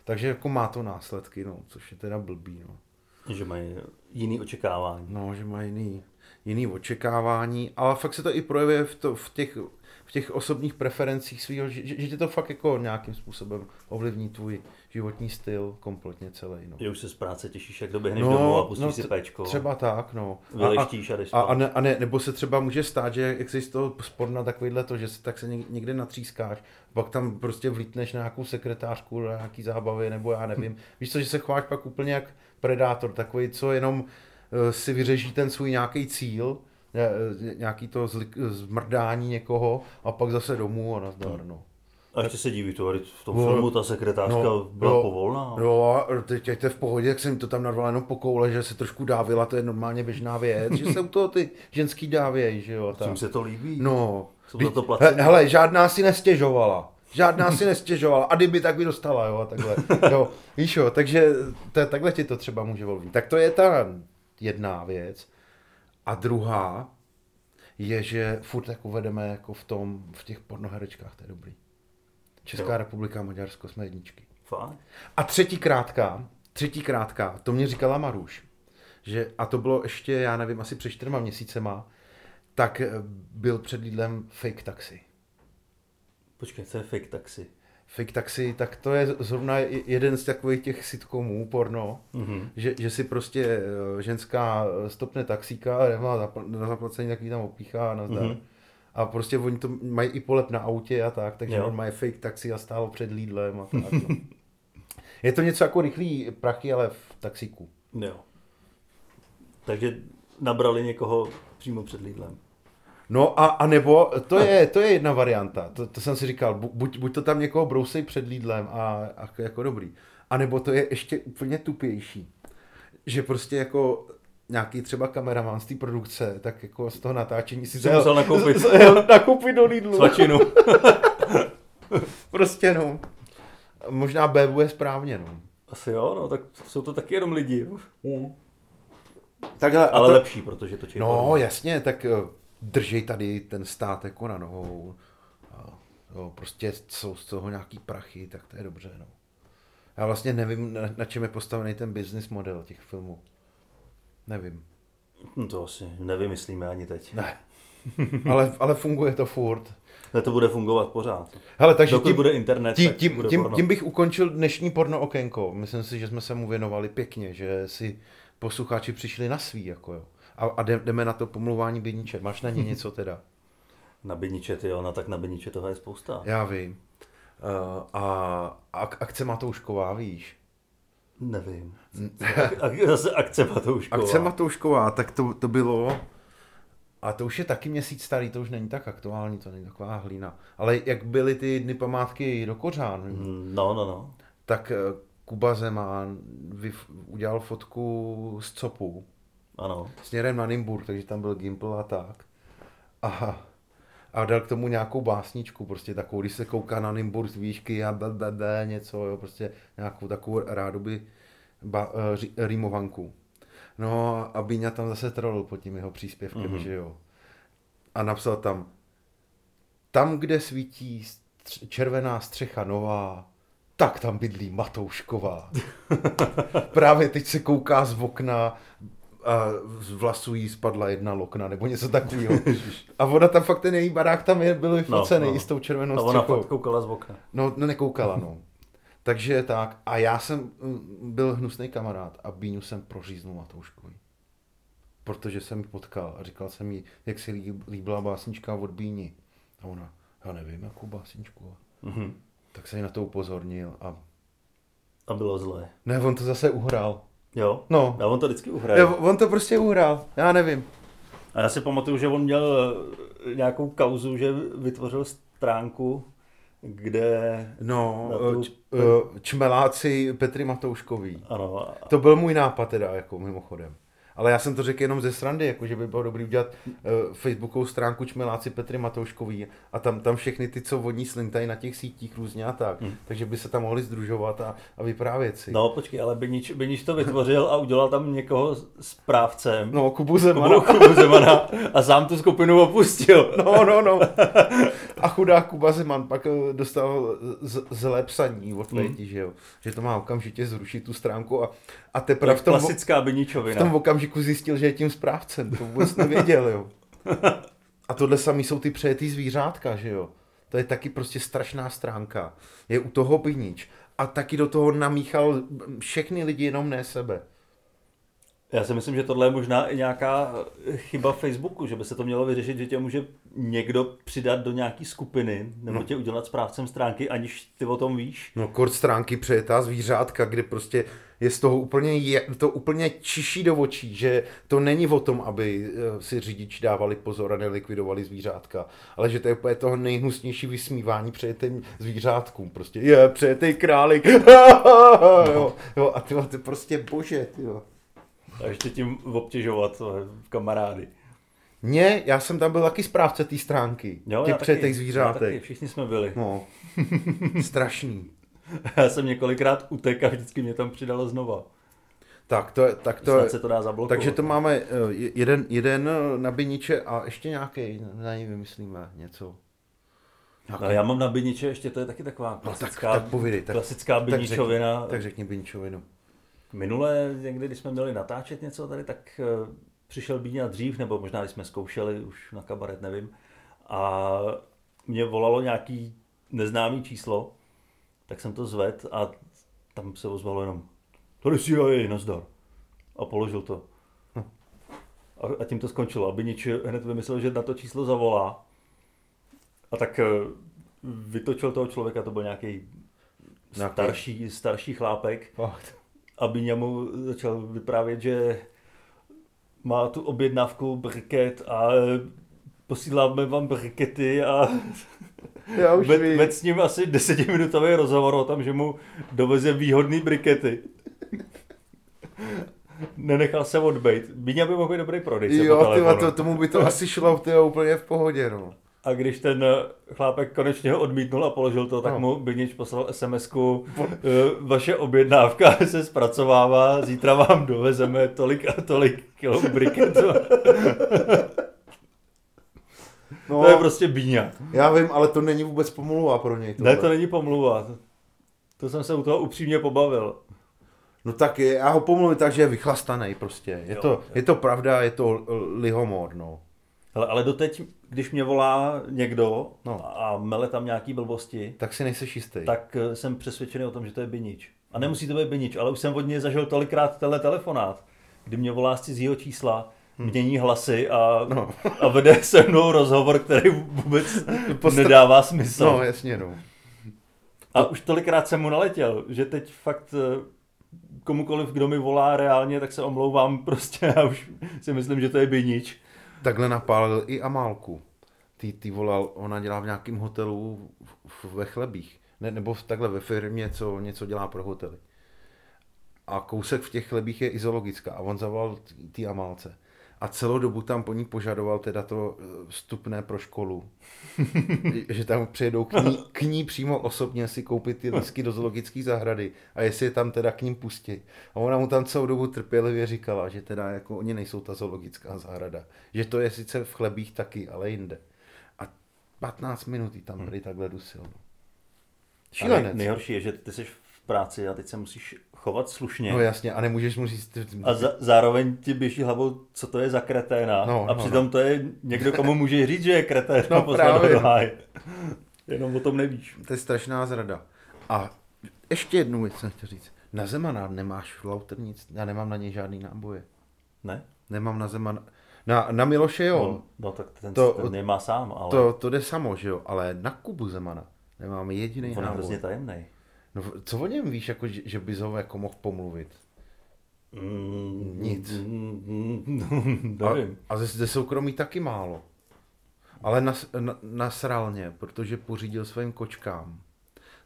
Speaker 2: Takže jako má to následky, no, což je teda blbý, no.
Speaker 1: Že mají jiný očekávání.
Speaker 2: No, že má jiný, jiný očekávání, ale fakt se to i projevuje v, to, v těch v těch osobních preferencích svého, že, že tě to fakt jako nějakým způsobem ovlivní tvůj životní styl kompletně celý. No.
Speaker 1: Že už se z práce těšíš, jak doběhneš no, domů a pustíš no, si
Speaker 2: t-
Speaker 1: péčko.
Speaker 2: Třeba tak, no.
Speaker 1: Vyleštíš a jdeš
Speaker 2: a, a,
Speaker 1: spát.
Speaker 2: ne, a ne, nebo se třeba může stát, že jak jsi z toho sporna takovýhle to, že se tak se něk- někde natřískáš, pak tam prostě vlítneš na nějakou sekretářku, na nějaký zábavy, nebo já
Speaker 1: Hm.
Speaker 2: nevím. Víš co, že se chováš pak úplně jak predátor, takový, co jenom eh, si vyřeží ten svůj nějaký cíl, ně- eh, nějaký to zlik, zmrdání někoho a pak zase domů a nazdar, no.
Speaker 1: A ještě se diví to, vždyť v tom
Speaker 2: No,
Speaker 1: filmu ta sekretářka byla povolná.
Speaker 2: Jo, a teď ať to je v pohodě, jak jsem to tam narval jenom po koule, že se trošku dávila, to je normálně běžná věc, že se u toho ty ženský dávěj, že jo. a Tak.
Speaker 1: Čím se to líbí?
Speaker 2: No,
Speaker 1: Jsou za to placeni.
Speaker 2: he, hele, žádná si nestěžovala. Žádná si nestěžovala. A kdyby, tak by dostala, jo, a takhle. Jo, víš jo, takže to, takhle ti to třeba může volvit. Tak to je ta jedna věc. A druhá je, že furt tak uvedeme jako v tom, v těch pornoherečkách, to je dobrý. Česká jo. republika, Maďarsko, jsme jedničky.
Speaker 1: Fakt?
Speaker 2: A třetí krátká, třetí krátká, to mě říkala Maruš, že, a to bylo ještě, já nevím, asi před čtyřma měsícema, tak eh, byl před Lidlem fake taxi.
Speaker 1: Počkej, co je fake taxi?
Speaker 2: Fake taxi, tak to je zrovna je- jeden z takových těch sitcomů porno,
Speaker 1: Mhm.
Speaker 2: že, že si prostě eh, ženská eh, stopne taxíka a nemá zapl- na zaplacení, tak ji tam opíchá a nazdar.
Speaker 1: Mhm.
Speaker 2: A prostě oni to mají i polep na autě a tak, takže
Speaker 1: Jo.
Speaker 2: on má fake taxi a stálo před Lidlem a tak. No. Je to něco jako rychlý prachy, ale v taxíku.
Speaker 1: Jo. Takže nabrali někoho přímo před Lidlem.
Speaker 2: No a, a nebo, to je, to je jedna varianta, to, to jsem si říkal, bu- buď, buď to tam někoho brousej před Lidlem a, a jako dobrý, a nebo to je ještě úplně tupější, že prostě jako nějaký třeba kameraman z té produkce, tak jako z toho natáčení si zajel-
Speaker 1: musel nakoupit.
Speaker 2: z- zajel nakoupit do Lidlu.
Speaker 1: Svačinu.
Speaker 2: Prostě no. Možná BB je správně, no.
Speaker 1: Asi jo, no, tak jsou to taky jenom lidi. jo.
Speaker 2: Takhle,
Speaker 1: Ale
Speaker 2: No. to,
Speaker 1: lepší, protože točí
Speaker 2: No
Speaker 1: porno.
Speaker 2: jasně, tak eh, držej tady ten stát jako na nohou. A, jo, prostě jsou z toho nějaký prachy, tak to je dobře. No. Já vlastně nevím, na, na čem je postavený ten business model těch filmů. Nevím.
Speaker 1: Hm, To asi nevymyslíme ani teď.
Speaker 2: Ne. ale, ale funguje to furt.
Speaker 1: Ne, to bude fungovat pořád.
Speaker 2: Hele, takže
Speaker 1: Dokud bude internet,
Speaker 2: tím,
Speaker 1: tak
Speaker 2: tím,
Speaker 1: bude
Speaker 2: tím,
Speaker 1: porno.
Speaker 2: tím bych ukončil dnešní porno okénko. Myslím si, že jsme se mu věnovali pěkně, že si posluchači přišli na svý. Jako jo. A, a jde- jdeme na to pomluvání bědniček. Máš na ně něco teda?
Speaker 1: Na Biniče, ty jo, na tak na Biniče toho je spousta.
Speaker 2: Já vím. Uh, a ak- akce Matoušková, víš?
Speaker 1: Nevím. A, a, zase akce Matoušková.
Speaker 2: Akce Matoušková, tak to, to bylo... A to už je taky měsíc starý, to už není tak aktuální, to není taková hlína. Ale jak byly ty dny památky do Kořán, hmm.
Speaker 1: Hm, No, no, no.
Speaker 2: tak eh, Kuba Zeman vyf- udělal fotku z copu
Speaker 1: Ano.
Speaker 2: směrem na Nymburk, takže tam byl Gimpl a tak. A, a dal k tomu nějakou básničku, prostě takovou, když se kouká na Nymburk z výšky a blablabla, něco, jo, prostě nějakou takovou rádoby ba, eh, ří, rýmovanku. No a Bíňa tam zase trolil pod tím jeho příspěvkem, mm-hmm. že jo. A napsal tam, tam, kde svítí stř- červená střecha nová, tak tam bydlí Matoušková. Právě teď se kouká z okna a z vlasů jí spadla jedna lokna, nebo něco takového. A ona tam fakt ten její barák tam je, byl vyfocený no, no. i s tou červenou
Speaker 1: A ona
Speaker 2: střechou.
Speaker 1: fakt koukala z okna.
Speaker 2: No, no nekoukala, no. Takže tak. A já jsem mm, byl hnusný kamarád a Bíňu jsem proříznul Matouškovi. Protože jsem ji potkal a říkal jsem jí, jak si líb- líbila básnička od Bíni. A ona, já nevím, jakou básničku.
Speaker 1: Mhm.
Speaker 2: Tak jsem ji na to upozornil a
Speaker 1: A bylo zlé.
Speaker 2: ne, on to zase uhrál.
Speaker 1: Jo?
Speaker 2: No.
Speaker 1: A on to vždycky uhraje.
Speaker 2: Jo, on to prostě uhrál, já nevím.
Speaker 1: A já si pamatuju, že on měl eh, nějakou kauzu, že vytvořil stránku, kde...
Speaker 2: No,
Speaker 1: Na tu-
Speaker 2: č- eh, čmeláci Petry Matouškový.
Speaker 1: Ano, a-
Speaker 2: To byl můj nápad teda, jako mimochodem. Ale já jsem to řekl jenom ze srandy, jako že by bylo dobrý udělat uh, facebookovou stránku Čmeláci Petry Matouškový a tam, tam všechny ty, co vodní slintají na těch sítích různě a tak. Hmm. Takže by se tam mohli združovat a, a vyprávět si.
Speaker 1: no počkej, ale Binič, Binič to vytvořil a udělal tam někoho správcem.
Speaker 2: no Kubu Zemana.
Speaker 1: Kubu, Kubu Zemana a sám tu skupinu opustil.
Speaker 2: No, no, no. A chudák Kuba Zeman pak eh, dostal z, zlé psaní od
Speaker 1: Hmm.
Speaker 2: Peti, že jo. Že to má okamžitě zrušit tu stránku a, a teprve v tom,
Speaker 1: Klasická
Speaker 2: v
Speaker 1: Biničovina.
Speaker 2: tom okamžiku zjistil, že je tím správcem. To vůbec nevěděl, jo. A tohle samý jsou ty přejetý zvířátka, že jo? To je taky prostě strašná stránka. Je u toho Binič. A taky do toho namíchal všechny lidi, jenom ne sebe.
Speaker 1: Já si myslím, že tohle je možná i nějaká eh, chyba Facebooku, že by se to mělo vyřešit, že tě může někdo přidat do nějaký skupiny nebo no. tě udělat správcem stránky, aniž ty o tom víš.
Speaker 2: No kort stránky přejetá zvířátka, kde prostě je z toho úplně, je, to úplně čiší do očí, že to není o tom, aby eh, si řidiči dávali pozor a nelikvidovali zvířátka, ale že to je úplně toho nejhnusnější vysmívání přejetým zvířátkům. Prostě je, přejetý králik. jo, jo, a ty to prostě bože, ty
Speaker 1: A ještě tím obtěžovat to je kamarády.
Speaker 2: Ne, já jsem tam byl taky správce té stránky,
Speaker 1: Jo, já
Speaker 2: těch
Speaker 1: taky,
Speaker 2: přejetých
Speaker 1: Já taky,
Speaker 2: zvířátek.
Speaker 1: všichni jsme byli.
Speaker 2: No, strašný.
Speaker 1: Já jsem několikrát utekl a vždycky mě tam přidalo znova.
Speaker 2: Tak to, je- tak to
Speaker 1: Snad
Speaker 2: je,
Speaker 1: se to dá zablokovat.
Speaker 2: takže to máme eh, je- jeden, jeden eh, na Biniče a ještě nějaký, na něj vymyslíme něco.
Speaker 1: No, já mám na biniče ještě, to je taky taková klasická,
Speaker 2: No, tak povídej, tak-
Speaker 1: klasická biničovina.
Speaker 2: Tak řekni, tak řekni no. Biničovinu.
Speaker 1: Minule, někdy, když jsme měli natáčet něco tady, tak eh, přišel Bíňa dřív, nebo možná, když jsme zkoušeli už na kabaret, nevím. A mě volalo nějaký neznámý číslo, tak jsem to zved a tam se ozvalo jenom tady CIA, nazdar. A položil to. A, a tím to skončilo, aby nič hned vymyslel, že na to číslo zavolá. A tak eh, vytočil toho člověka, to byl nějaký
Speaker 2: Nějaký-
Speaker 1: starší, starší chlápek
Speaker 2: Fakt.
Speaker 1: a Biňa mu začal vyprávět, že má tu objednávku briket a posíláme vám brikety a
Speaker 2: Já už
Speaker 1: ved,
Speaker 2: vím.
Speaker 1: ved s ním asi desetiminutový rozhovor o tom, že mu doveze výhodný brikety. Nenechal se odbejt. Biňa by mohl být dobrý prodejce po
Speaker 2: Jo, ty
Speaker 1: telefonu.
Speaker 2: to, tomu by to asi šlo, ty jo, úplně v pohodě, no.
Speaker 1: A když ten eh, chlápek konečně ho odmítnul a položil to, tak
Speaker 2: No.
Speaker 1: mu Binič poslal SMS-ku, eh, vaše objednávka se zpracovává, zítra vám dovezeme tolik a tolik kilo briketů.
Speaker 2: no
Speaker 1: To je prostě bíňa.
Speaker 2: Já vím, ale to není vůbec pomluva pro něj.
Speaker 1: Ne,
Speaker 2: tohle.
Speaker 1: to není pomluva. To jsem se u toho upřímně pobavil.
Speaker 2: No tak je, já ho pomluvím tak, že je vychlastanej prostě. Je,
Speaker 1: Jo,
Speaker 2: to,
Speaker 1: jo.
Speaker 2: je to pravda, je to l- lihomor, no.
Speaker 1: Hele, ale doteď, když mě volá někdo
Speaker 2: No.
Speaker 1: a mele tam nějaký blbosti,
Speaker 2: Tak si nejseš jistý.
Speaker 1: tak eh, jsem přesvědčený o tom, že to je Binič. A nemusí to být Binič, ale už jsem od něj zažil tolikrát tenhle telefonát, kdy mě volá z cizího čísla, mění hlasy a,
Speaker 2: Hmm. No.
Speaker 1: no. a vede se mnou rozhovor, který vůbec
Speaker 2: Postra-
Speaker 1: nedává smysl.
Speaker 2: No,
Speaker 1: No,
Speaker 2: jasně, no.
Speaker 1: a už tolikrát jsem mu naletěl, že teď fakt eh, komukoliv, kdo mi volá reálně, tak se omlouvám prostě a už si myslím, že to je Binič.
Speaker 2: Takhle napálil i Amálku. Ty, ty volal, ona dělá v nějakém hotelu v- v- ve chlebích. Ne, nebo v, takhle ve firmě, co něco dělá pro hotely. A kousek v těch chlebích je izologická. A on zavolal t- ty Amálce. A celou dobu tam po ní požadoval teda to eh, vstupné pro školu. že tam přijedou k ní, k ní přímo osobně si koupit ty lísky do zoologické zahrady a jestli je tam teda k ním pustí. A ona mu tam celou dobu trpělivě říkala, že teda jako oni nejsou ta zoologická zahrada. Že to je sice v chlebích taky, ale jinde. A 15 minut jí tam tady takhle dusil. no.
Speaker 1: A nej-
Speaker 2: Šílenec.
Speaker 1: nejhorší je, že ty jsi v práci a teď se musíš chovat slušně.
Speaker 2: No jasně, a nemůžeš mu říct...
Speaker 1: A za, zároveň ti běží hlavou, co to je za kreténa.
Speaker 2: No,
Speaker 1: No, a
Speaker 2: no,
Speaker 1: přitom no. to je někdo, komu může říct, že je kretén.
Speaker 2: No,
Speaker 1: a poslat ho
Speaker 2: právě,
Speaker 1: do
Speaker 2: no.
Speaker 1: háje. Jenom o tom nevíš.
Speaker 2: To je strašná zrada. A ještě jednu věc jsem chtěl říct. Na Zemanár nemáš lauter nic, já nemám na něj žádný náboje.
Speaker 1: Ne?
Speaker 2: Nemám na Zeman... Na, na Miloše jo,
Speaker 1: On, no tak ten,
Speaker 2: To-
Speaker 1: to, ten nemá sám, ale to,
Speaker 2: To, to jde samo, že jo, ale na Kubu Zemana nemám jediný
Speaker 1: on je
Speaker 2: návod.
Speaker 1: hrozně tajemný.
Speaker 2: No, co o něm víš, jako, že, že bys ho jako mohl pomluvit?
Speaker 1: Mm,
Speaker 2: Nic.
Speaker 1: mm, mm, Nevím.
Speaker 2: A, a ze, ze soukromí taky málo. Ale nas, na, nasral mě, protože pořídil svým kočkám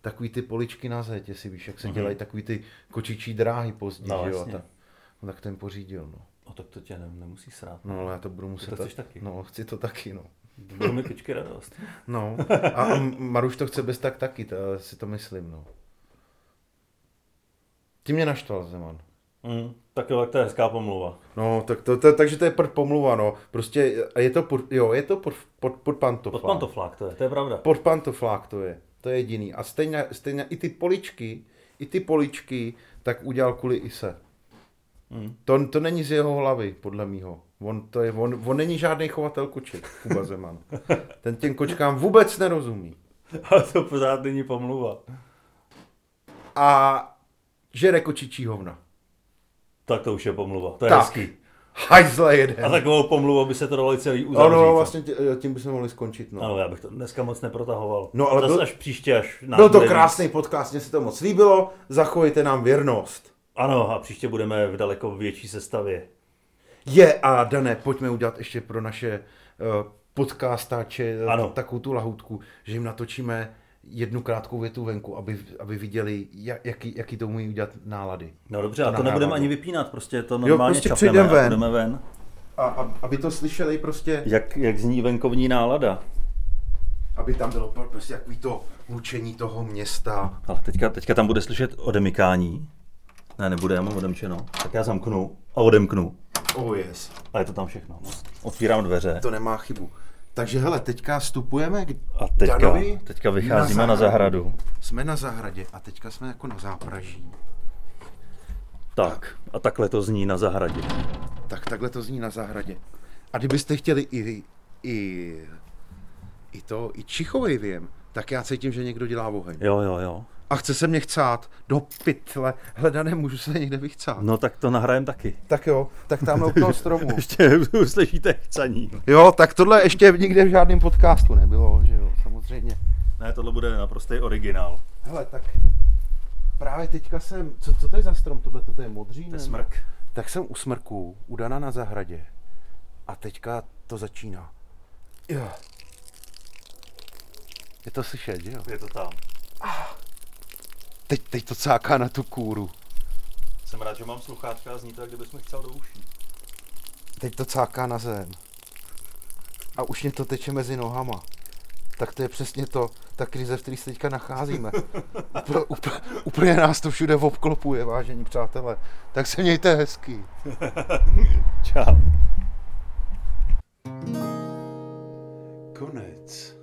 Speaker 2: takový ty poličky na zeď, jestli víš, jak se dělají takový ty kočičí dráhy později,
Speaker 1: Mhm. No,
Speaker 2: že jo, a
Speaker 1: jasně.
Speaker 2: ta, no, tak ten pořídil, no.
Speaker 1: O tak to tě ne, nemusí srát.
Speaker 2: No, ale já to budu muset...
Speaker 1: to chceš taky?
Speaker 2: No, chci to taky, no.
Speaker 1: Budou mi kyčky radost.
Speaker 2: No, a a Maruš to chce bez tak taky, to si to myslím, no. Tím mě naštval Zeman.
Speaker 1: Mm, tak jo, tak to je hezká pomluva.
Speaker 2: No, tak to, to, takže to je prd pomluva, no. Prostě a je to, pod, jo, je to pod, pod, pod pantoflák.
Speaker 1: Pod pantoflák to je, to je pravda.
Speaker 2: Pod pantoflák to je, to je jediný. A stejně, stejně i ty poličky, i ty poličky, tak udělal kvůli Ise.
Speaker 1: Mm.
Speaker 2: To, to není z jeho hlavy, podle mýho. On, to je, on, on není žádný chovatel koček, Kuba Zeman. Ten těm kočkám vůbec nerozumí.
Speaker 1: Ale to pořád není pomluva.
Speaker 2: A žere kočičí hovna.
Speaker 1: Tak to už je pomluva, to je
Speaker 2: Tak.
Speaker 1: tak. hezký.
Speaker 2: Hajzle
Speaker 1: A
Speaker 2: jeden.
Speaker 1: takovou pomluvou by se to dalo i celý uzavřít.
Speaker 2: Ano, vlastně tě- tím bychom mohli skončit. No.
Speaker 1: Ano, já bych to dneska moc neprotahoval.
Speaker 2: No, ale
Speaker 1: Zas
Speaker 2: byl-
Speaker 1: až příště, až nám
Speaker 2: Byl to
Speaker 1: bude víc.
Speaker 2: krásný podcast, mně se to moc líbilo. Zachovejte nám věrnost.
Speaker 1: Ano, a příště budeme v daleko větší sestavě.
Speaker 2: Je a Dané, pojďme udělat ještě pro naše eh, podcastáče eh,
Speaker 1: Ano.
Speaker 2: takovou tu lahoutku, že jim natočíme jednu krátkou větu venku, aby, aby viděli, ja- jaký, jaký to umí udělat nálady.
Speaker 1: No dobře, a to
Speaker 2: nahrávám.
Speaker 1: nebudeme ani vypínat, prostě to normálně
Speaker 2: prostě
Speaker 1: čapneme
Speaker 2: přejdem ven.
Speaker 1: a budeme ven.
Speaker 2: A, a aby to slyšeli prostě,
Speaker 1: Jak, jak zní venkovní nálada.
Speaker 2: aby tam bylo pro- prostě takový to hlučení toho města.
Speaker 1: Ale teďka, teďka tam bude slyšet odemykání. Ne, nebude, já mám odemčeno. Tak já zamknu a odemknu.
Speaker 2: Oh yes,
Speaker 1: A je to tam všechno. Otvírám dveře.
Speaker 2: to nemá chybu. Takže hele, teďka vstupujeme k
Speaker 1: A teďka,
Speaker 2: Danovi
Speaker 1: teďka vycházíme na zahradu.
Speaker 2: Jsme na zahradě a teďka jsme jako na zápraží.
Speaker 1: Tak, a takhle to zní na zahradě.
Speaker 2: Tak takhle to zní na zahradě. A kdybyste chtěli i, i, i to, i čichovej věm, tak já cítím, že někdo dělá oheň.
Speaker 1: Jo, jo, jo.
Speaker 2: A chce se mě chcát do pytle. Hleda nemůžu se někde vychcát.
Speaker 1: No tak to nahrajem taky.
Speaker 2: Tak jo, tak tam u toho stromu.
Speaker 1: Ještě uslyšíte chcaní.
Speaker 2: Jo, tak tohle ještě nikde v žádném podcastu nebylo, že jo, samozřejmě.
Speaker 1: Ne, tohle bude naprostý originál.
Speaker 2: Hele, tak právě teďka jsem, co, co to je za strom? Tohle to je modří?
Speaker 1: To je
Speaker 2: ne?
Speaker 1: smrk.
Speaker 2: Tak jsem u smrků, u Dana na zahradě. A teďka to začíná. Jo. Je to slyšet, že jo?
Speaker 1: Je to tam.
Speaker 2: Teď, teď to cáká na tu kůru.
Speaker 1: Jsem rád, že mám sluchátka a zní to, jak kdybychom chcel do uší.
Speaker 2: Teď to cáká na zem. A už mě to teče mezi nohama. Tak to je přesně to, ta krize, v které se teďka nacházíme. Úplně, úplně, úplně nás to všude obklopuje, vážení přátelé. Tak se mějte hezky.
Speaker 1: Čau.
Speaker 2: Konec.